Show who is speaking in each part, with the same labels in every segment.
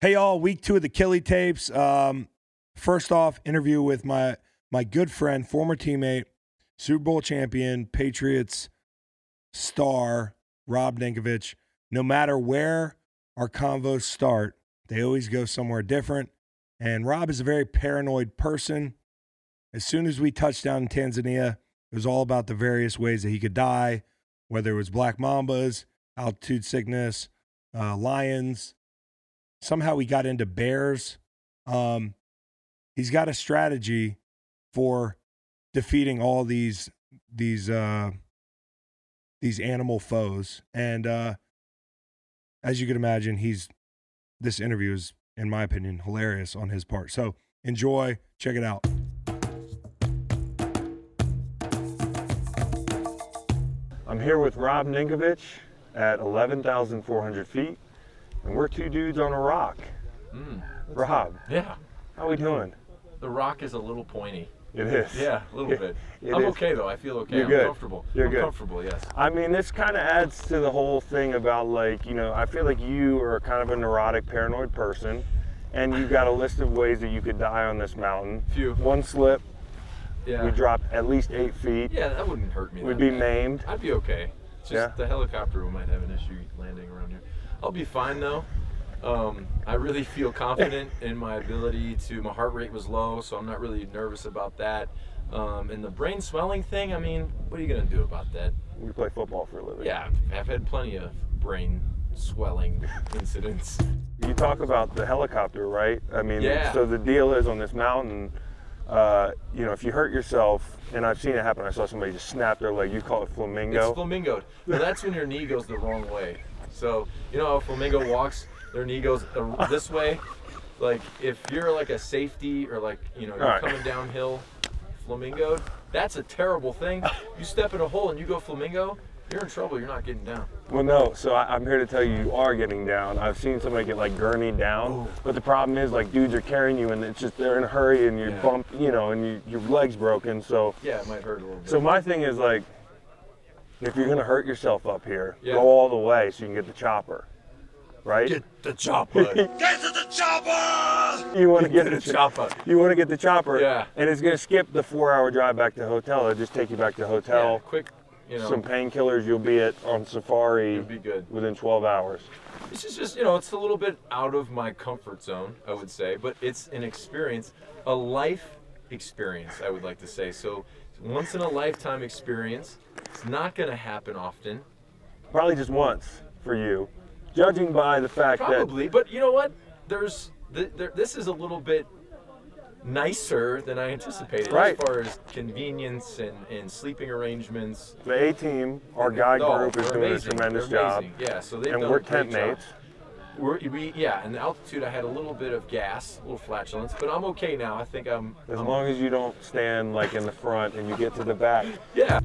Speaker 1: Hey, all, week two of the Killy tapes. Um, first off, interview with my my good friend, former teammate, Super Bowl champion, Patriots star, Rob Ninkovich. No matter where our convos start, they always go somewhere different. And Rob is a very paranoid person. As soon as we touched down in Tanzania, it was all about the various ways that he could die, whether it was black mambas, altitude sickness, uh, lions. Somehow we got into bears. Um, he's got a strategy for defeating all these these uh, these animal foes, and uh, as you can imagine, he's this interview is, in my opinion, hilarious on his part. So enjoy, check it out. I'm here with Rob Ninkovich at 11,400 feet, and we're two dudes on a rock.
Speaker 2: Hmm.
Speaker 1: Rob,
Speaker 2: Yeah,
Speaker 1: how we doing?
Speaker 2: the rock is a little pointy.
Speaker 1: It is.
Speaker 2: Yeah, a little
Speaker 1: It-
Speaker 2: bit.
Speaker 1: it
Speaker 2: I'm
Speaker 1: is.
Speaker 2: okay though. I feel okay.
Speaker 1: You're
Speaker 2: I'm
Speaker 1: good.
Speaker 2: comfortable.
Speaker 1: You're
Speaker 2: I'm
Speaker 1: good.
Speaker 2: comfortable. Yes.
Speaker 1: I mean, this kind of adds to the whole thing about like, you know, I feel like you are kind of a neurotic, paranoid person, and you've got a list of ways that you could die on this mountain.
Speaker 2: Phew.
Speaker 1: One slip,
Speaker 2: Yeah.
Speaker 1: we drop at least eight feet,
Speaker 2: yeah, that wouldn't hurt me.
Speaker 1: we'd
Speaker 2: that
Speaker 1: be
Speaker 2: bad.
Speaker 1: maimed.
Speaker 2: I'd be okay. Just
Speaker 1: Yeah.
Speaker 2: the helicopter we might have an issue landing around here. I'll be fine though. Um, I really feel confident in my ability to. My heart rate was low, so I'm not really nervous about that. Um, and the brain swelling thing. I mean, what are you gonna do about that?
Speaker 1: We play football for a living.
Speaker 2: Yeah, I've- I've had plenty of brain swelling incidents.
Speaker 1: You talk about the helicopter, right? I mean,
Speaker 2: Yeah.
Speaker 1: so the deal is on this mountain, uh, you know, if you hurt yourself, and I've seen it happen, I saw somebody just snap their leg. You call it flamingo.
Speaker 2: It's flamingoed. Well, that's when your knee goes the wrong way. So you know how a flamingo walks, their knee goes the- this way. Like if you're like a safety or like you know you're
Speaker 1: Alright.
Speaker 2: coming downhill, flamingoed. That's a terrible thing. You step in a hole and you go flamingo, you're in trouble. You're not getting down.
Speaker 1: Well, no. So I, I'm here to tell you, you are getting down. I've seen somebody get like gurneyed down, but the problem is like dudes are carrying you, and it's just they're in a hurry, and you
Speaker 2: Yeah.
Speaker 1: bump, you know, and you, your leg's broken. So,
Speaker 2: Yeah, it might hurt a little bit.
Speaker 1: so my thing is like, if you're gonna hurt yourself up here,
Speaker 2: Yeah.
Speaker 1: go all the way so you can get the chopper, right?
Speaker 2: the chopper.
Speaker 1: you want to get the
Speaker 2: the
Speaker 1: chopper.
Speaker 2: chopper.
Speaker 1: You want to get the chopper,
Speaker 2: Yeah.
Speaker 1: and it's gonna skip the four-hour drive back to the hotel. It'll just take you back to the
Speaker 2: Yeah,
Speaker 1: hotel.
Speaker 2: quick. You know,
Speaker 1: Some painkillers. You'll be at on safari
Speaker 2: it'd be good.
Speaker 1: within 12 hours.
Speaker 2: This is just, you know, it's a little bit out of my comfort zone, I would say, but it's an experience, a life experience, I would like to say. So, once in a lifetime experience. It's not going to happen often,
Speaker 1: Probably just once for you, judging by the fact
Speaker 2: probably, but you know what? There's th- there, this is a little bit nicer than I anticipated
Speaker 1: Right.
Speaker 2: as far as convenience and, and sleeping arrangements.
Speaker 1: that the A team, our guide
Speaker 2: Oh,
Speaker 1: group, is
Speaker 2: they're
Speaker 1: doing
Speaker 2: amazing.
Speaker 1: a tremendous
Speaker 2: They're
Speaker 1: job,
Speaker 2: amazing. Yeah, so they've
Speaker 1: and
Speaker 2: done
Speaker 1: we're
Speaker 2: a great
Speaker 1: tent
Speaker 2: job.
Speaker 1: mates.
Speaker 2: We're, we, yeah, in the altitude, I had a little bit of gas, a little flatulence, but I'm okay now. I think I'm.
Speaker 1: As
Speaker 2: I'm-
Speaker 1: long as you don't stand like in the front and you get to the back.
Speaker 2: yeah.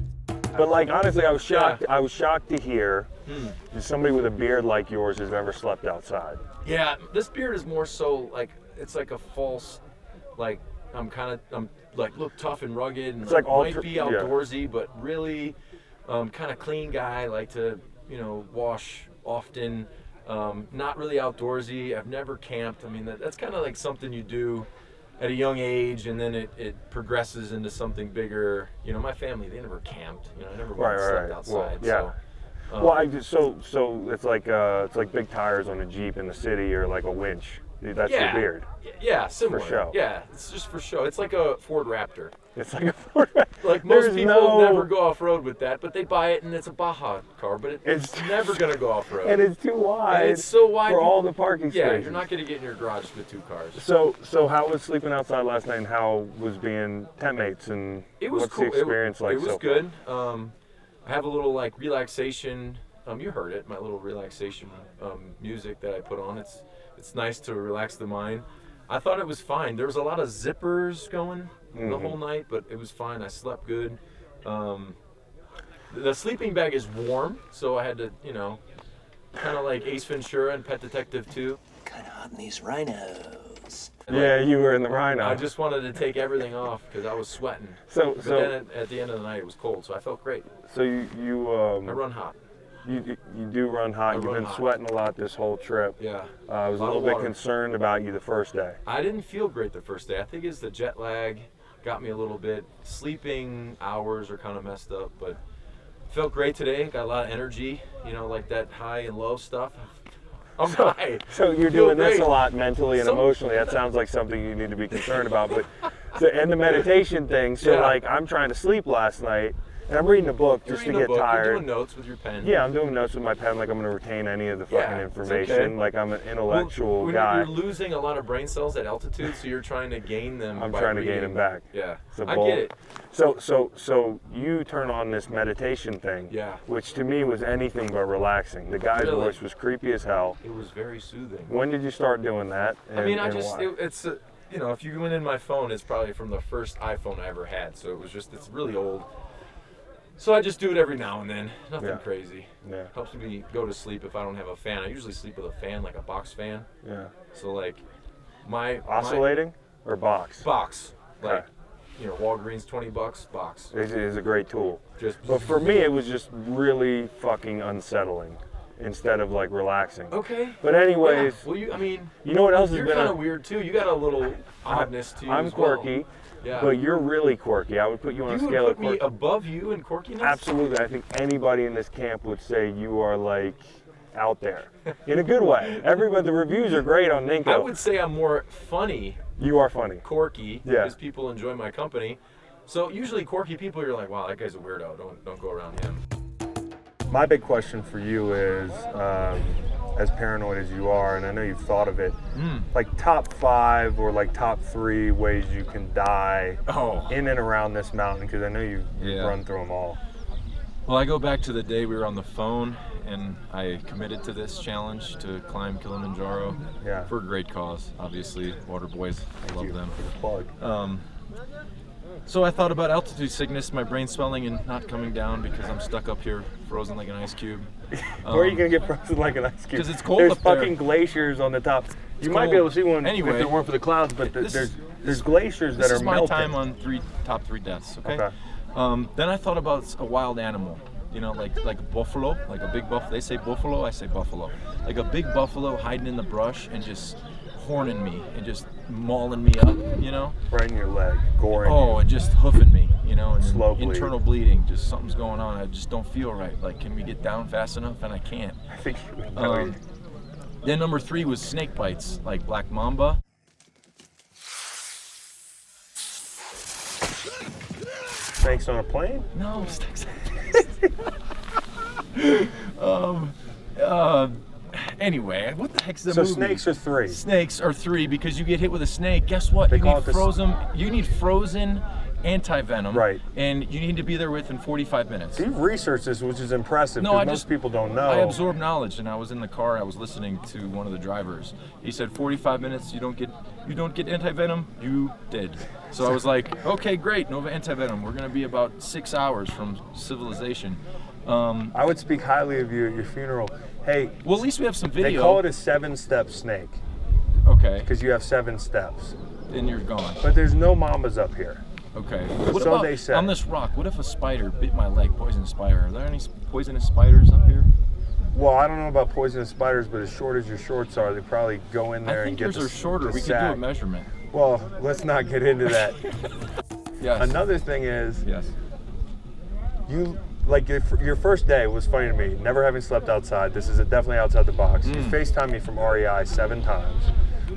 Speaker 1: But like honestly, I was shocked. I was shocked to hear
Speaker 2: Hmm.
Speaker 1: that somebody with a beard like yours has never slept outside.
Speaker 2: Yeah, this beard is more so like it's like a false, like I'm kind of I'm like look tough and rugged and
Speaker 1: It's like
Speaker 2: might
Speaker 1: ultra-
Speaker 2: be
Speaker 1: yeah.
Speaker 2: outdoorsy, but really, um, kind of clean guy. Like to you know wash often. Um, not really outdoorsy. I've never camped. I mean that, that's kind of like something you do at a young age, and then it, it progresses into something bigger. You know, my family they never camped. You know, I never
Speaker 1: Right,
Speaker 2: really
Speaker 1: right,
Speaker 2: slept
Speaker 1: right.
Speaker 2: outside.
Speaker 1: Well, yeah.
Speaker 2: So. um,
Speaker 1: well, I just, so so it's like uh, it's like big tires on a jeep in the city or like a winch. That's
Speaker 2: Yeah.
Speaker 1: your beard.
Speaker 2: Y- Yeah, similar.
Speaker 1: show.
Speaker 2: Yeah, it's just for show. It's like a Ford Raptor.
Speaker 1: It's like a Ford.
Speaker 2: Like most
Speaker 1: There's
Speaker 2: people
Speaker 1: no-
Speaker 2: never go off road with that, but they buy it and it's a Baja car, but it,
Speaker 1: It's-
Speaker 2: it's, never gonna go off road.
Speaker 1: And it's too wide.
Speaker 2: And it's so wide
Speaker 1: for
Speaker 2: you-
Speaker 1: all the parking
Speaker 2: yeah,
Speaker 1: spaces.
Speaker 2: you're not gonna get in your garage with two cars.
Speaker 1: So, so how was sleeping outside last night, and how was being tent mates, and
Speaker 2: It was
Speaker 1: what's
Speaker 2: cool.
Speaker 1: the
Speaker 2: It-
Speaker 1: experience
Speaker 2: it,
Speaker 1: like?
Speaker 2: was
Speaker 1: so far?
Speaker 2: good. Um, I have a little like relaxation. Um, you heard it, my little relaxation um, music that I put on. It's it's nice to relax the mind. I thought it was fine. There was a lot of zippers going the
Speaker 1: Mm-hmm.
Speaker 2: whole night, but it was fine. I slept good. Um, the sleeping bag is warm, so I had to, you know, kind of like Ace Ventura and Pet Detective 2.
Speaker 3: Kind of hot in these rhinos.
Speaker 1: Yeah, you were in the Rhino.
Speaker 2: I just wanted to take everything off because I was sweating.
Speaker 1: so
Speaker 2: But
Speaker 1: so
Speaker 2: then at, at the end of the night, it was cold, so I felt great.
Speaker 1: so you you
Speaker 2: I
Speaker 1: um
Speaker 2: run hot.
Speaker 1: you, you- you do run hot. You've
Speaker 2: run
Speaker 1: been
Speaker 2: hot.
Speaker 1: sweating a lot this whole trip.
Speaker 2: Yeah.
Speaker 1: Uh, I was a
Speaker 2: Lot of
Speaker 1: little bit
Speaker 2: water.
Speaker 1: concerned about you the first day.
Speaker 2: I didn't feel great the first day. I think it's the jet lag got me a little bit. Sleeping hours are kind of messed up, but felt great today. Got a lot of energy, you know, like that high and low stuff. I'm high.
Speaker 1: So you're
Speaker 2: Feel
Speaker 1: doing this
Speaker 2: great.
Speaker 1: a lot mentally and
Speaker 2: Some-
Speaker 1: emotionally. That sounds like something you need to be concerned about. But so, and the meditation thing. So
Speaker 2: Yeah.
Speaker 1: like I'm trying to sleep last night and I'm reading a book
Speaker 2: You're
Speaker 1: just to
Speaker 2: reading a
Speaker 1: get
Speaker 2: book, You're
Speaker 1: tired.
Speaker 2: doing notes with your pen.
Speaker 1: yeah, I'm doing notes with my pen. Like I'm gonna retain any of the
Speaker 2: Yeah,
Speaker 1: fucking
Speaker 2: it's okay.
Speaker 1: information. Like I'm an
Speaker 2: Well,
Speaker 1: intellectual
Speaker 2: when
Speaker 1: guy.
Speaker 2: You're losing a lot of brain cells at altitude, so you're trying to gain them.
Speaker 1: I'm
Speaker 2: by
Speaker 1: trying to gain
Speaker 2: reading.
Speaker 1: them back.
Speaker 2: Yeah,
Speaker 1: It's a
Speaker 2: I
Speaker 1: bowl.
Speaker 2: get it.
Speaker 1: So so so you turn on this meditation thing.
Speaker 2: Yeah.
Speaker 1: Which to me was anything but relaxing. The guy's
Speaker 2: Really?
Speaker 1: voice was creepy as hell.
Speaker 2: It was very soothing.
Speaker 1: When did you start doing that?
Speaker 2: I mean, I
Speaker 1: and
Speaker 2: just
Speaker 1: why?
Speaker 2: it, it's a, you know if you went in my phone, it's probably from the first iPhone I ever had, so it was just it's really old. So I just do it every now and then, nothing
Speaker 1: Yeah.
Speaker 2: crazy.
Speaker 1: Yeah.
Speaker 2: Helps me go to sleep if I don't have a fan. I usually sleep with a fan, like a box fan.
Speaker 1: yeah.
Speaker 2: So like my my
Speaker 1: Oscillating or box?
Speaker 2: box, like
Speaker 1: Okay.
Speaker 2: you know Walgreens twenty bucks box.
Speaker 1: It is a great tool.
Speaker 2: Just
Speaker 1: But for me, it was just really fucking unsettling instead of like relaxing.
Speaker 2: okay.
Speaker 1: But anyways,
Speaker 2: Yeah, Well, you I mean
Speaker 1: you know what else has
Speaker 2: you're
Speaker 1: been
Speaker 2: kind
Speaker 1: a,
Speaker 2: of weird too. You got a little oddness to you.
Speaker 1: I'm
Speaker 2: as well.
Speaker 1: quirky,
Speaker 2: Yeah.
Speaker 1: but you're really quirky. I would put you on
Speaker 2: you
Speaker 1: a
Speaker 2: would
Speaker 1: scale
Speaker 2: put
Speaker 1: of
Speaker 2: me
Speaker 1: quirky.
Speaker 2: above you in quirkiness.
Speaker 1: Absolutely. I think anybody in this camp would say you are like out there in a good way. Everybody, the reviews are great on Ninko.
Speaker 2: I would say I'm more funny,
Speaker 1: you are funny.
Speaker 2: quirky,
Speaker 1: Yeah.
Speaker 2: because people enjoy my company. So usually quirky people, you're like, wow, that guy's a weirdo. Don't don't go around him.
Speaker 1: My big question for you is, um, as paranoid as you are, and I know you've thought of it,
Speaker 2: Hmm.
Speaker 1: like top five or like top three ways you can die
Speaker 2: Oh.
Speaker 1: in and around this mountain, because I know you've, you've
Speaker 2: Yeah.
Speaker 1: run through them all.
Speaker 2: Well, I go back to the day we were on the phone, and I committed to this challenge to climb Kilimanjaro
Speaker 1: Yeah.
Speaker 2: for a great cause. Obviously, Water Boys, I love
Speaker 1: You-
Speaker 2: them. Uh,
Speaker 1: for the plug.
Speaker 2: So I thought about altitude sickness, my brain swelling, and not coming down because I'm stuck up here, frozen like an ice cube.
Speaker 1: Where are you gonna get frozen like an ice cube?
Speaker 2: um, 'cause it's cold
Speaker 1: There's
Speaker 2: up there.
Speaker 1: fucking glaciers on the top. You might
Speaker 2: cold.
Speaker 1: be able to see one
Speaker 2: Anyway,
Speaker 1: if there weren't for the clouds, but th-
Speaker 2: this-
Speaker 1: there's there's glaciers that
Speaker 2: This
Speaker 1: are
Speaker 2: is my
Speaker 1: melting.
Speaker 2: time on three top three deaths. Okay.
Speaker 1: Okay.
Speaker 2: Um, then I thought about a wild animal. You know, like like a buffalo, like a big buffalo. They say buffalo, I say buffalo. Like a big buffalo hiding in the brush and just horning me and just mauling me up. You know.
Speaker 1: right in your leg, goring.
Speaker 2: Oh, and just hoofing me. You know, and
Speaker 1: Slow bleed.
Speaker 2: internal bleeding. Just something's going on. I just don't feel right. Like, can we get down fast enough? And I can't.
Speaker 1: I think you would know
Speaker 2: Um, then number three was snake bites, like black mamba.
Speaker 1: snakes on a plane.
Speaker 2: No, sticks. um, uh, anyway, what the heck's the
Speaker 1: So
Speaker 2: movie?
Speaker 1: snakes are three.
Speaker 2: Snakes are three because you get hit with a snake. Guess what?
Speaker 1: They
Speaker 2: you
Speaker 1: call
Speaker 2: need
Speaker 1: it the s-
Speaker 2: frozen. You need frozen anti-venom.
Speaker 1: Right.
Speaker 2: And you need to be there within 45 minutes.
Speaker 1: You've researched this, which is impressive
Speaker 2: No,
Speaker 1: because
Speaker 2: I
Speaker 1: most
Speaker 2: just-
Speaker 1: people don't know.
Speaker 2: I absorb knowledge, and I was in the car. I was listening to one of the drivers. He said, "45 minutes. You don't get. You don't get anti-venom. You did." So I was like, "Okay, great. No anti-venom. We're gonna be about six hours from civilization." Um,
Speaker 1: I would speak highly of you at your funeral. Hey,
Speaker 2: Well, at least we have some
Speaker 1: they
Speaker 2: video.
Speaker 1: call it a seven-step snake
Speaker 2: okay,
Speaker 1: because you have seven steps,
Speaker 2: then you're gone.
Speaker 1: but there's no mamas up here.
Speaker 2: Okay. What
Speaker 1: So
Speaker 2: about
Speaker 1: they say.
Speaker 2: on this rock? What if a spider bit my leg? Poisonous spider. Are there any s- poisonous spiders up here?
Speaker 1: Well, I don't know about poisonous spiders, but as short as your shorts are, they probably go in there
Speaker 2: I
Speaker 1: and
Speaker 2: think
Speaker 1: get
Speaker 2: yours
Speaker 1: the
Speaker 2: are shorter.
Speaker 1: the
Speaker 2: We could do
Speaker 1: sac.
Speaker 2: a measurement.
Speaker 1: Well, let's not get into that.
Speaker 2: Yes.
Speaker 1: Another thing is
Speaker 2: Yes.
Speaker 1: you like your, fir- your first day was funny to me. Never having slept outside. This is definitely outside the box. You
Speaker 2: Mm.
Speaker 1: FaceTime me from REI seven times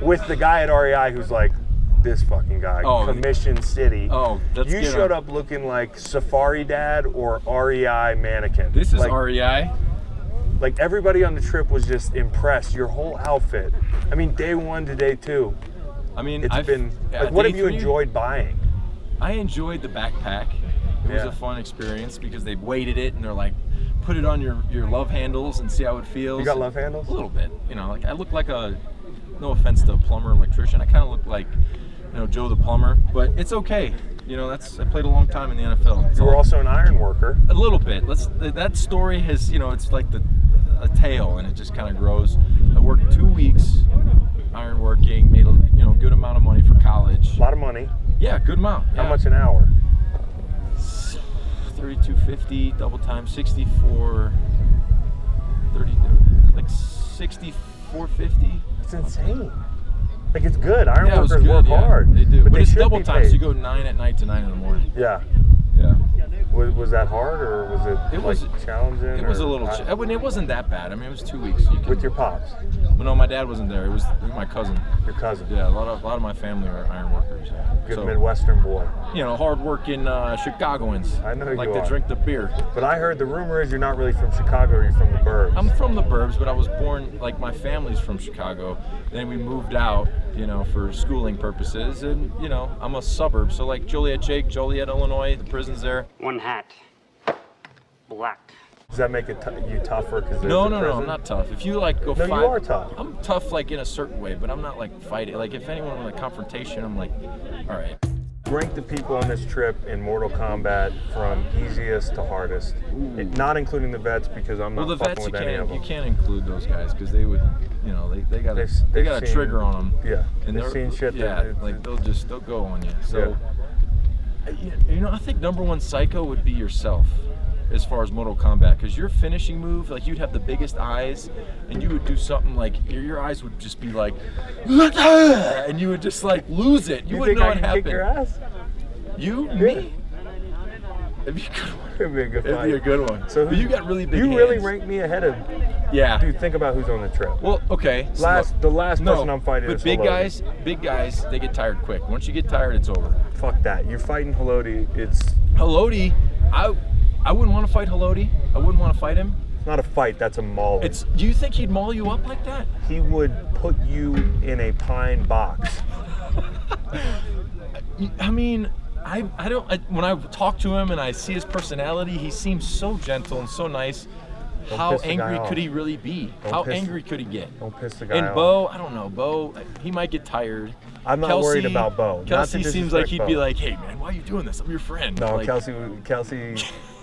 Speaker 1: with the guy at REI who's like this fucking guy,
Speaker 2: Oh.
Speaker 1: Commission City.
Speaker 2: Oh, let's
Speaker 1: you
Speaker 2: get
Speaker 1: showed
Speaker 2: on.
Speaker 1: up looking like Safari Dad or REI mannequin.
Speaker 2: This is E
Speaker 1: like,
Speaker 2: REI.
Speaker 1: like everybody on the trip was just impressed. Your whole outfit. I mean, day one to day two,
Speaker 2: I mean,
Speaker 1: it's
Speaker 2: I've
Speaker 1: been
Speaker 2: yeah,
Speaker 1: like, what
Speaker 2: day
Speaker 1: have you
Speaker 2: three,
Speaker 1: enjoyed buying?
Speaker 2: I enjoyed the backpack. It was
Speaker 1: Yeah.
Speaker 2: a fun experience because they weighted it and they're like, put it on your, your love handles and see how it feels.
Speaker 1: You got love handles?
Speaker 2: A little bit. You know, like I look like a, no offense to a plumber, electrician, I kind of look like, you know, Joe the plumber, but it's okay. You know, that's, I played a long time in the NFL. It's
Speaker 1: You were
Speaker 2: all-
Speaker 1: also an iron worker.
Speaker 2: a little bit. Let's th- that story has you know it's like the a tail and it just kind of grows. I worked two weeks ironworking, made a you know good amount of money for college.
Speaker 1: A lot of money.
Speaker 2: Yeah, good amount.
Speaker 1: How
Speaker 2: yeah.
Speaker 1: much an hour?
Speaker 2: 3250 double time 64 30, like 60, 450.
Speaker 1: It's insane. Like it's good. Iron
Speaker 2: Yeah, it was
Speaker 1: workers
Speaker 2: good.
Speaker 1: work
Speaker 2: yeah,
Speaker 1: hard.
Speaker 2: They do. But, it's
Speaker 1: should
Speaker 2: double
Speaker 1: be
Speaker 2: time, so
Speaker 1: paid.
Speaker 2: you go 9 at night to 9 in the morning.
Speaker 1: Yeah.
Speaker 2: Yeah.
Speaker 1: Was, was that hard or was it,
Speaker 2: It was-
Speaker 1: like challenging?
Speaker 2: It was
Speaker 1: or-
Speaker 2: a little,
Speaker 1: I-
Speaker 2: ch- I mean, it wasn't that bad. I mean, it was two weeks. You
Speaker 1: with
Speaker 2: could,
Speaker 1: your pops,
Speaker 2: well, no, my dad wasn't there. It was my cousin.
Speaker 1: your cousin,
Speaker 2: Yeah, a lot of, a lot of my family are iron workers. Yeah.
Speaker 1: good
Speaker 2: So-
Speaker 1: Midwestern boy.
Speaker 2: you know, hardworking uh, Chicagoans.
Speaker 1: I know
Speaker 2: like
Speaker 1: you
Speaker 2: to
Speaker 1: are.
Speaker 2: drink the beer.
Speaker 1: But I heard the rumor is you're not really from Chicago. You're from the burbs.
Speaker 2: I'm from the burbs, but I was born like my family's from Chicago. Then we moved out, you know, for schooling purposes, and you know, I'm a suburb. So like Joliet, Jake, Joliet, Illinois, the prisons there.
Speaker 4: One hat. Black.
Speaker 1: Does that make it t- you tougher? Cause there's
Speaker 2: No,
Speaker 1: a
Speaker 2: no, no,
Speaker 1: prison?
Speaker 2: I'm not tough. If you like go
Speaker 1: No,
Speaker 2: fight,
Speaker 1: you are tough.
Speaker 2: I'm tough like in a certain way, but I'm not like fighting. Like if anyone wanted a confrontation, I'm like, all right.
Speaker 1: Rank the people on this trip in Mortal Kombat from easiest to hardest, It- not including the vets because I'm
Speaker 2: Well,
Speaker 1: not
Speaker 2: the
Speaker 1: fucking
Speaker 2: vets you
Speaker 1: with any of
Speaker 2: can't
Speaker 1: them.
Speaker 2: you can't include those guys because they would, you know, they, they got a,
Speaker 1: They've s-
Speaker 2: they
Speaker 1: they've
Speaker 2: got a
Speaker 1: seen-
Speaker 2: trigger on them.
Speaker 1: Yeah,
Speaker 2: and
Speaker 1: they've
Speaker 2: they're
Speaker 1: seen shit.
Speaker 2: Yeah,
Speaker 1: that,
Speaker 2: like they'll just they'll go on you. So, you- you know, I think number one psycho would be yourself, as far as Mortal Kombat, because your finishing move, like you'd have the biggest eyes, and you would do something like your, your eyes would just be like, "Look at-" and you would just like lose it. You,
Speaker 1: you
Speaker 2: wouldn't
Speaker 1: think
Speaker 2: know
Speaker 1: I can
Speaker 2: what happened.
Speaker 1: kick your ass?
Speaker 2: You, me. It'd be a good one.
Speaker 1: It'd be a good
Speaker 2: It'd
Speaker 1: fight.
Speaker 2: be a good one.
Speaker 1: So
Speaker 2: but
Speaker 1: who-
Speaker 2: you got really big.
Speaker 1: You really
Speaker 2: hands.
Speaker 1: rank me ahead of.
Speaker 2: Yeah.
Speaker 1: Dude, think about who's on the trip.
Speaker 2: Well, okay. so
Speaker 1: Last,
Speaker 2: look-
Speaker 1: the last person I'm fighting
Speaker 2: but
Speaker 1: is
Speaker 2: big
Speaker 1: Haloti.
Speaker 2: guys, big guys, they get tired quick. Once you get tired, it's over.
Speaker 1: Fuck that. You're fighting Haloti. It's
Speaker 2: Haloti, I, I wouldn't want to fight Haloti. I wouldn't want to fight him.
Speaker 1: not a fight. That's a mauling.
Speaker 2: It's. Do you think he'd maul you up like that?
Speaker 1: he would put you in a pine box.
Speaker 2: You- I mean, I, I don't. I, when I talk to him and I see his personality, he seems so gentle and so nice. How
Speaker 1: piss the guy
Speaker 2: angry
Speaker 1: off.
Speaker 2: could he really be?
Speaker 1: Don't
Speaker 2: How
Speaker 1: piss-
Speaker 2: angry could he get?
Speaker 1: Don't piss the guy
Speaker 2: And
Speaker 1: off.
Speaker 2: Bo, I don't know. Bo, he might get tired.
Speaker 1: I'm not
Speaker 2: Kelsey-
Speaker 1: worried about Bo. Not to
Speaker 2: Kelsey seems like
Speaker 1: disrespect
Speaker 2: he'd be
Speaker 1: Bo.
Speaker 2: like, "Hey man, why are you doing this? I'm your friend."
Speaker 1: No,
Speaker 2: Like,
Speaker 1: Kelsey. Kelsey.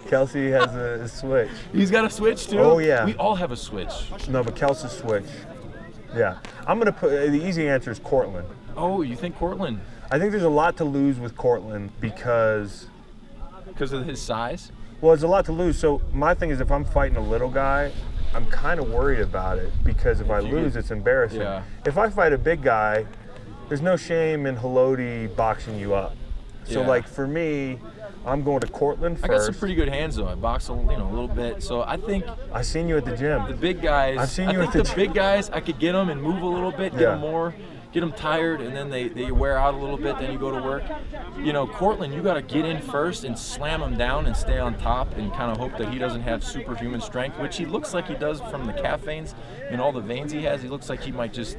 Speaker 1: Kelsey has a, a switch.
Speaker 2: He's got a switch too.
Speaker 1: Oh, yeah.
Speaker 2: We all have a switch.
Speaker 1: No, but Kelsey's switch. Yeah, I'm gonna put the easy answer is Cortland.
Speaker 2: Oh, you think Cortland?
Speaker 1: I think there's a lot to lose with Cortland because
Speaker 2: Because of his size?
Speaker 1: Well, it's a lot to lose. So my thing is, if I'm fighting a little guy, I'm kind of worried about it because if, I
Speaker 2: you
Speaker 1: lose,
Speaker 2: get-
Speaker 1: it's embarrassing.
Speaker 2: Yeah.
Speaker 1: If I fight a big guy, there's no shame in Haloti boxing you up. So
Speaker 2: Yeah.
Speaker 1: like for me, I'm going to Cortland
Speaker 2: I
Speaker 1: first.
Speaker 2: got some pretty good hands though. I box a, you know, a little bit. So I think
Speaker 1: I seen you at the
Speaker 2: the
Speaker 1: gym.
Speaker 2: big guys.
Speaker 1: I've seen
Speaker 2: I
Speaker 1: you
Speaker 2: think
Speaker 1: at
Speaker 2: the,
Speaker 1: the
Speaker 2: big guys. I could get them and move a little bit, get
Speaker 1: Yeah.
Speaker 2: them more, get them tired, and then they, they wear out a little bit. Then you go to work. You know, Cortland, you got to get in first and slam him down and stay on top and kind of hope that he doesn't have superhuman strength, which he looks like he does from the calf veins and all the veins he has. He looks like he might just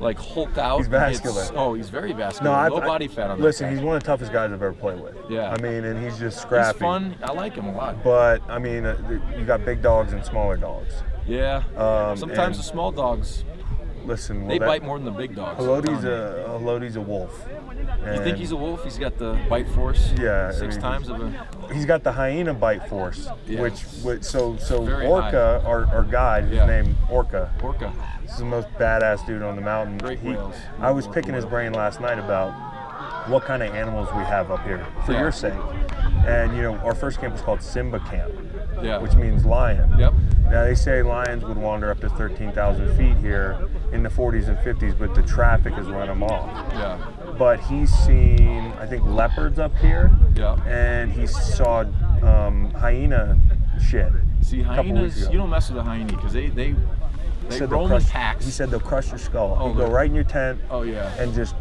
Speaker 2: like Hulk out.
Speaker 1: He's
Speaker 2: and get-
Speaker 1: vascular.
Speaker 2: oh, he's very vascular.
Speaker 1: No, I've-
Speaker 2: Low
Speaker 1: I-
Speaker 2: body fat on. that
Speaker 1: Listen,
Speaker 2: guy.
Speaker 1: he's one of the toughest guys I've ever played with.
Speaker 2: Yeah.
Speaker 1: I mean, and he's just scrappy.
Speaker 2: He's fun. I like him a lot.
Speaker 1: But I mean, uh, th- you got big dogs and smaller dogs.
Speaker 2: Yeah.
Speaker 1: Um, and-
Speaker 2: Sometimes the small dogs
Speaker 1: Listen, well,
Speaker 2: they
Speaker 1: that-
Speaker 2: bite more than the big dogs. I'm
Speaker 1: Halot's
Speaker 2: telling you.
Speaker 1: a Halot's a wolf.
Speaker 2: You think he's a wolf? He's got the bite force.
Speaker 1: Yeah, I
Speaker 2: Six
Speaker 1: mean,
Speaker 2: times of a.
Speaker 1: he's got the hyena bite force,
Speaker 2: Yeah.
Speaker 1: which, which so so
Speaker 2: Very
Speaker 1: Orca, our, our guide, his
Speaker 2: Yeah.
Speaker 1: name Orca.
Speaker 2: Orca.
Speaker 1: This is the most badass dude on the mountain.
Speaker 2: Great
Speaker 1: He-
Speaker 2: whales.
Speaker 1: I was
Speaker 2: Orca
Speaker 1: picking his
Speaker 2: whale.
Speaker 1: brain last night about what kind of animals we have up here for
Speaker 2: Yeah.
Speaker 1: your sake. And you know, our first camp was called Simba Camp,
Speaker 2: Yeah.
Speaker 1: which means lion.
Speaker 2: Yep.
Speaker 1: Now they say lions would wander up to 13,000 feet here in the 40s and 50s, but the traffic has run them off
Speaker 2: Yeah.
Speaker 1: but he's seen I think leopards up here,
Speaker 2: Yeah.
Speaker 1: and he saw um, hyena shit.
Speaker 2: See,
Speaker 1: a couple weeks
Speaker 2: hyenas.
Speaker 1: ago.
Speaker 2: You don't mess with a hyena because they they they
Speaker 1: Said they'll
Speaker 2: roam in
Speaker 1: crush-
Speaker 2: packs.
Speaker 1: He said they'll crush your skull.
Speaker 2: Oh,
Speaker 1: you go
Speaker 2: they're-
Speaker 1: right in your tent,
Speaker 2: Oh yeah.
Speaker 1: and just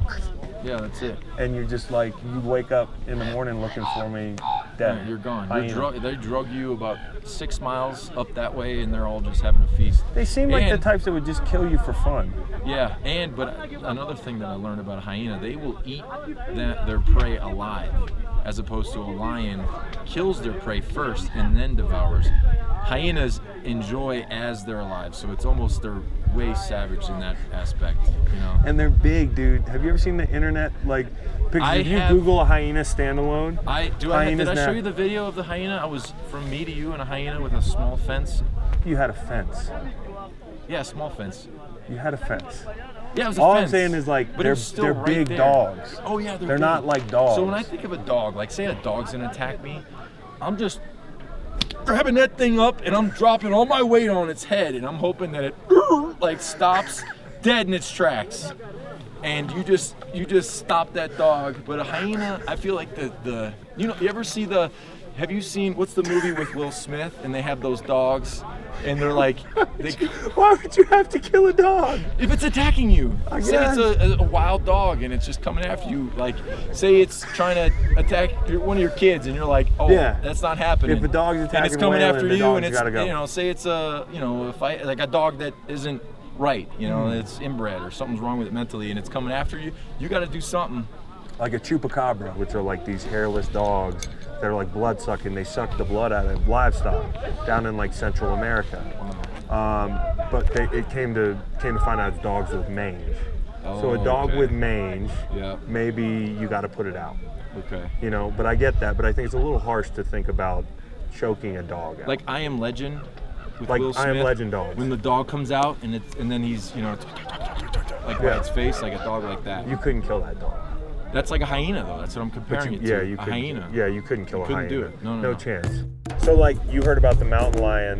Speaker 2: Yeah, that's it.
Speaker 1: and you're just like you wake up in the morning looking for me, dead.
Speaker 2: Yeah, you're gone.
Speaker 1: Hyena.
Speaker 2: You're drug, they drug you about six miles up that way, and they're all just having a feast.
Speaker 1: They seem like the
Speaker 2: And-
Speaker 1: types that would just kill you for fun.
Speaker 2: Yeah, and but another thing that I learned about a hyena, they will eat that, their prey alive, as opposed to a lion kills their prey first and then devours. Hyenas enjoy as they're alive, so it's almost they're way savage in that aspect. You know,
Speaker 1: And they're big, dude. Have you ever seen the internet like pictures?
Speaker 2: I
Speaker 1: if you
Speaker 2: have-
Speaker 1: Google a hyena standalone,
Speaker 2: I do. I, did
Speaker 1: Hyenas
Speaker 2: I show
Speaker 1: now.
Speaker 2: you the video of the hyena? I was from me to you in a hyena with a small fence.
Speaker 1: you had a fence.
Speaker 2: Yeah, small fence.
Speaker 1: You had a fence.
Speaker 2: Yeah, it was a
Speaker 1: All I'm
Speaker 2: fence.
Speaker 1: saying is, like,
Speaker 2: but it
Speaker 1: they're-
Speaker 2: was still
Speaker 1: they're
Speaker 2: right
Speaker 1: big
Speaker 2: there.
Speaker 1: dogs.
Speaker 2: Oh yeah, they're,
Speaker 1: They're
Speaker 2: big.
Speaker 1: not like dogs.
Speaker 2: So when I think of a dog, like say a dog's gonna attack me, I'm just grabbing that thing up and I'm dropping all my weight on its head and I'm hoping that it like stops dead in its tracks. And you just you just stop that dog. But a hyena, I feel like the the you know you ever see the have you seen what's the movie with Will Smith and they have those dogs and they're like they,
Speaker 1: Why would you have to kill a dog?
Speaker 2: if it's attacking you, say
Speaker 1: guess.
Speaker 2: it's a, a, a wild dog and it's just coming after you, like say it's trying to attack your, one of your kids and you're like, oh,
Speaker 1: Yeah.
Speaker 2: that's not happening.
Speaker 1: If a dog's
Speaker 2: and it's
Speaker 1: attacking
Speaker 2: coming
Speaker 1: Waylon,
Speaker 2: after
Speaker 1: the
Speaker 2: you,
Speaker 1: dog's
Speaker 2: and it's
Speaker 1: gotta go.
Speaker 2: you know, say it's a you know a fight like a dog that isn't right, you know,
Speaker 1: Mm.
Speaker 2: it's inbred or something's wrong with it mentally, and it's coming after you. You got to do something.
Speaker 1: Like a chupacabra, which are like these hairless dogs that are like blood sucking. They suck the blood out of livestock down in like Central America. Um, but they, it came to came to find out it's dogs with mange. so a
Speaker 2: Oh,
Speaker 1: dog
Speaker 2: okay.
Speaker 1: with mange,
Speaker 2: Yeah.
Speaker 1: maybe you got to put it out.
Speaker 2: Okay.
Speaker 1: You know, but I get that. But I think it's a little harsh to think about choking a dog out.
Speaker 2: Like I Am Legend. With
Speaker 1: Like
Speaker 2: Will
Speaker 1: I Am
Speaker 2: Smith,
Speaker 1: Legend dogs.
Speaker 2: When the dog comes out and it's and then he's you know it's like
Speaker 1: Yeah.
Speaker 2: by its face like a dog like that.
Speaker 1: you couldn't kill that dog.
Speaker 2: That's like a hyena, though. That's what I'm comparing
Speaker 1: you-
Speaker 2: it to.
Speaker 1: yeah, you
Speaker 2: a
Speaker 1: couldn't-
Speaker 2: hyena.
Speaker 1: Yeah, you couldn't kill a
Speaker 2: couldn't
Speaker 1: hyena.
Speaker 2: do it. No, no, no.
Speaker 1: chance. So like you heard about the mountain lion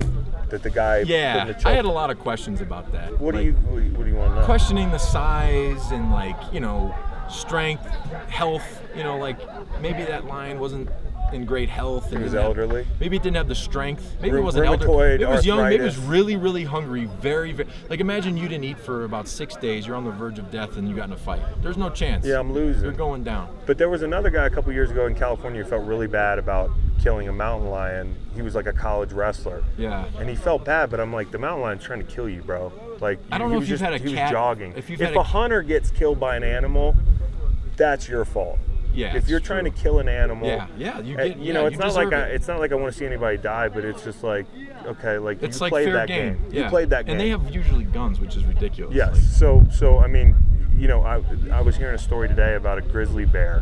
Speaker 1: that the guy put in the
Speaker 2: Yeah.
Speaker 1: choke.
Speaker 2: I had a lot of questions about that.
Speaker 1: what
Speaker 2: like,
Speaker 1: do you what do you- what do you want to know?
Speaker 2: questioning the size and like you know strength, health? You know, like maybe that lion wasn't in great health. and
Speaker 1: He was
Speaker 2: didn't have-
Speaker 1: elderly.
Speaker 2: maybe it didn't have the strength. Maybe
Speaker 1: Rheu-
Speaker 2: it wasn't elderly.
Speaker 1: rheumatoid
Speaker 2: Maybe it was young. Maybe it was
Speaker 1: arthritis.
Speaker 2: really, really hungry. Very, very. Like imagine you didn't eat for about six days. You're on the verge of death, and you got in a fight. There's no chance.
Speaker 1: Yeah, I'm losing.
Speaker 2: You're going down.
Speaker 1: But there was another guy a couple years ago in California who felt really bad about killing a mountain lion. He was like a college wrestler.
Speaker 2: Yeah.
Speaker 1: And he felt bad, but I'm like, the mountain lion's trying to kill you, bro. Like,
Speaker 2: I don't
Speaker 1: he
Speaker 2: know if
Speaker 1: was
Speaker 2: you've
Speaker 1: just,
Speaker 2: had a
Speaker 1: he was
Speaker 2: cat-
Speaker 1: jogging.
Speaker 2: if you've had
Speaker 1: a,
Speaker 2: a-
Speaker 1: hunter gets killed by an animal, that's your fault.
Speaker 2: Yeah,
Speaker 1: If you're
Speaker 2: it's
Speaker 1: trying
Speaker 2: true.
Speaker 1: to kill an animal,
Speaker 2: Yeah, yeah, you
Speaker 1: uh,
Speaker 2: get-
Speaker 1: you
Speaker 2: yeah,
Speaker 1: know,
Speaker 2: you
Speaker 1: it's not like
Speaker 2: deserve
Speaker 1: I,
Speaker 2: it.
Speaker 1: it's not like I want to see anybody die, but it's just like, okay, like
Speaker 2: It's
Speaker 1: you
Speaker 2: like
Speaker 1: played
Speaker 2: fair
Speaker 1: that
Speaker 2: game.
Speaker 1: game. You
Speaker 2: Yeah.
Speaker 1: played that game.
Speaker 2: And they have usually guns, which is ridiculous. Like,
Speaker 1: Yes. So, so I mean, you know, I, I was hearing a story today about a grizzly bear.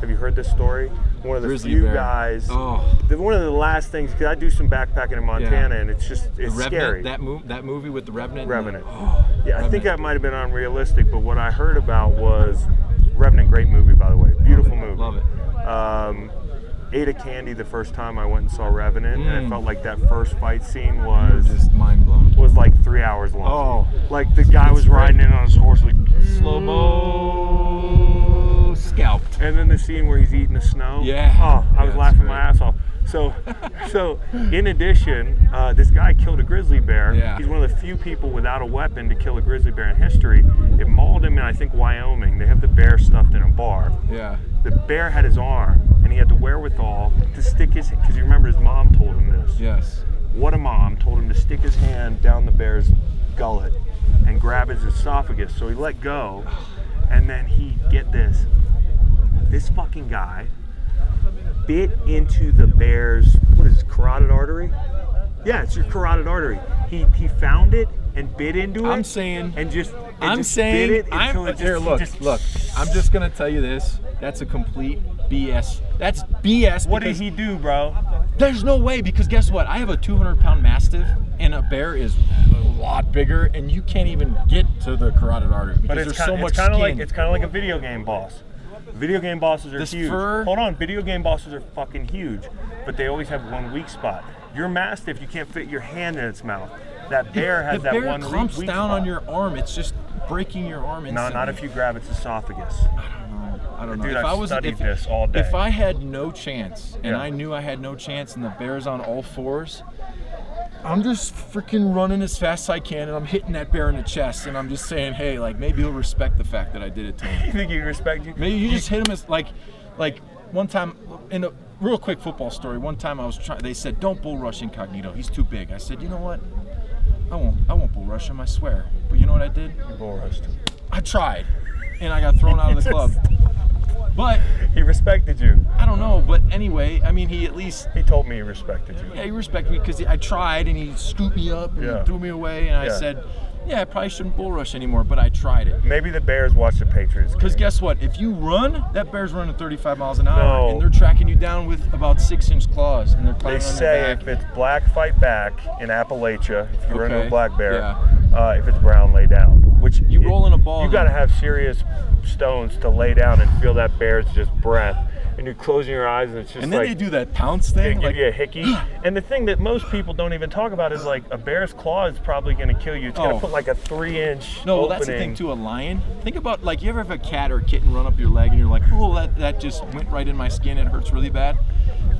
Speaker 1: Have you heard this story? One of the
Speaker 2: Grizzly
Speaker 1: few
Speaker 2: bear.
Speaker 1: guys.
Speaker 2: Oh.
Speaker 1: The, one of the last things because I do some backpacking in Montana, and it's just
Speaker 2: The
Speaker 1: it's
Speaker 2: Revenant,
Speaker 1: scary.
Speaker 2: That, mo- that movie with the Revenant. and the-
Speaker 1: Revenant.
Speaker 2: oh,
Speaker 1: yeah, I think
Speaker 2: Revenant.
Speaker 1: that might have been unrealistic, but what I heard about was Revenant. Great movie, by the way. Beautiful movie.
Speaker 2: Love it.
Speaker 1: Um, ate a candy the first time I went and saw Revenant, and I felt like that first fight scene was
Speaker 2: Mm. Just mind blown.
Speaker 1: was like three hours long.
Speaker 2: Oh.
Speaker 1: Like the guy was riding in on his horse like
Speaker 2: Slow mo scalped.
Speaker 1: And then the scene where he's eating the snow.
Speaker 2: Yeah.
Speaker 1: Oh, I
Speaker 2: Yeah,
Speaker 1: was
Speaker 2: it's
Speaker 1: laughing my
Speaker 2: great.
Speaker 1: ass off. So, so in addition, uh, this guy killed a grizzly bear.
Speaker 2: Yeah.
Speaker 1: He's one of the few people without a weapon to kill a grizzly bear in history. It mauled him in I think Wyoming. They have the bear stuffed in a bar.
Speaker 2: Yeah.
Speaker 1: The bear had his arm, and he had the wherewithal to stick his because you remember his mom told him this.
Speaker 2: Yes.
Speaker 1: What a mom told him to stick his hand down the bear's gullet and grab his esophagus. So he let go, and then he get this. This fucking guy bit into the bear's what is it, carotid artery? Yeah, it's your carotid artery. He he found it and bit into it.
Speaker 2: I'm saying-
Speaker 1: and just and
Speaker 2: I'm
Speaker 1: just
Speaker 2: saying.
Speaker 1: bit it
Speaker 2: I'm
Speaker 1: until it just,
Speaker 2: here. Look.
Speaker 1: just-
Speaker 2: look. I'm just gonna tell you this. That's a complete BS. That's BS.
Speaker 1: What did
Speaker 2: because
Speaker 1: he do, bro?
Speaker 2: There's no way because guess what? I have a 200 pound mastiff, and a bear is a lot bigger, and you can't even get to the carotid artery because
Speaker 1: But it's
Speaker 2: there's
Speaker 1: kind,
Speaker 2: so much
Speaker 1: it's kind of
Speaker 2: skin.
Speaker 1: like it's kind of like a video game boss. Video game bosses are
Speaker 2: This
Speaker 1: huge.
Speaker 2: fur-
Speaker 1: Hold on, video game bosses are fucking huge, but they always have one weak spot. Your mastiff, you can't fit your hand in its mouth. That bear has
Speaker 2: the
Speaker 1: that
Speaker 2: bear
Speaker 1: one weak-
Speaker 2: clumps
Speaker 1: weak
Speaker 2: down
Speaker 1: spot.
Speaker 2: on your arm. It's just breaking your arm.
Speaker 1: No, not if you grab its esophagus.
Speaker 2: I don't know.
Speaker 1: Dude,
Speaker 2: if
Speaker 1: I've
Speaker 2: I was,
Speaker 1: studied
Speaker 2: if,
Speaker 1: this all day.
Speaker 2: If I had no chance, and
Speaker 1: Yeah.
Speaker 2: I knew I had no chance, and the bear's on all fours, I'm just freaking running as fast as I can, and I'm hitting that bear in the chest, and I'm just saying, hey, like maybe he'll respect the fact that I did it to him.
Speaker 1: You think he'd respect you?
Speaker 2: Maybe you just hit him as like, like one time in a real quick football story. One time I was trying. They said don't bull rush incognito. He's too big. I said, you know what? I won't. I won't bull rush him. I swear. But you know what I did?
Speaker 1: Bull roast.
Speaker 2: I tried, and I got thrown out of the club. But
Speaker 1: He respected you.
Speaker 2: I don't know. But anyway, I mean, he at least
Speaker 1: He told me he respected you.
Speaker 2: yeah, he respected me because I tried, and he scooped me up and
Speaker 1: Yeah.
Speaker 2: he threw me away, and I
Speaker 1: Yeah.
Speaker 2: said, yeah, I probably shouldn't bull rush anymore, but I tried it.
Speaker 1: Maybe the Bears watched the Patriots.
Speaker 2: Because guess what? If you run, that bear's running 35 miles an hour,
Speaker 1: No.
Speaker 2: and they're tracking you down with about six-inch claws, and they're
Speaker 1: They
Speaker 2: climbing on
Speaker 1: say
Speaker 2: your
Speaker 1: if
Speaker 2: back.
Speaker 1: it's black, fight back in Appalachia. If you run into a
Speaker 2: Okay,
Speaker 1: black bear,
Speaker 2: yeah.
Speaker 1: uh, if it's brown, lay down. Which
Speaker 2: You roll in a ball,
Speaker 1: You
Speaker 2: huh?
Speaker 1: got to have serious stones to lay down and feel that bear's just breath and you're closing your eyes and it's just
Speaker 2: And then
Speaker 1: like
Speaker 2: they do that pounce thing.
Speaker 1: They
Speaker 2: Like,
Speaker 1: give you a hickey. And the thing that most people don't even talk about is like a bear's claw is probably going to kill you. It's going to
Speaker 2: Oh.
Speaker 1: put like a three inch.
Speaker 2: no, well,
Speaker 1: opening.
Speaker 2: that's the thing too. A lion. Think about like you ever have a cat or a kitten run up your leg and you're like, oh, that that just went right in my skin and hurts really bad.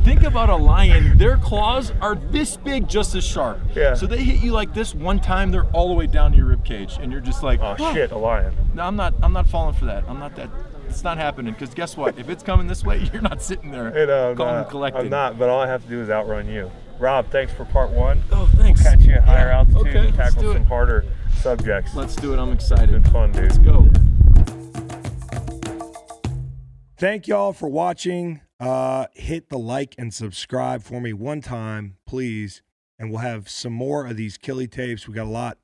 Speaker 2: Think about a lion. Their claws are this big, just as sharp.
Speaker 1: Yeah.
Speaker 2: So they hit you like this one time, they're all the way down to your rib cage, and you're just like,
Speaker 1: Oh shit, a lion.
Speaker 2: No, I'm not. I'm not falling for that. I'm not that. It's not happening. Because guess what? If it's coming this way, you're not sitting there
Speaker 1: It, uh,
Speaker 2: calm
Speaker 1: nah,
Speaker 2: and collected.
Speaker 1: I'm not, but all I have to do is outrun you. Rob, thanks for part one.
Speaker 2: Oh, thanks.
Speaker 1: Catch you at higher altitude
Speaker 2: Okay,
Speaker 1: and
Speaker 2: let's do
Speaker 1: tackle
Speaker 2: it.
Speaker 1: some harder subjects.
Speaker 2: Let's do it. I'm
Speaker 1: it's
Speaker 2: excited.
Speaker 1: been fun, dude.
Speaker 2: Let's go.
Speaker 5: Thank y'all for watching. Uh, hit the like and subscribe for me one time, please. And we'll have some more of these killy tapes. We got a lot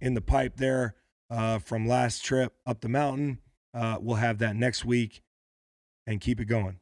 Speaker 5: in the pipe there uh, from last trip up the mountain. Uh, we'll have that next week and keep it going.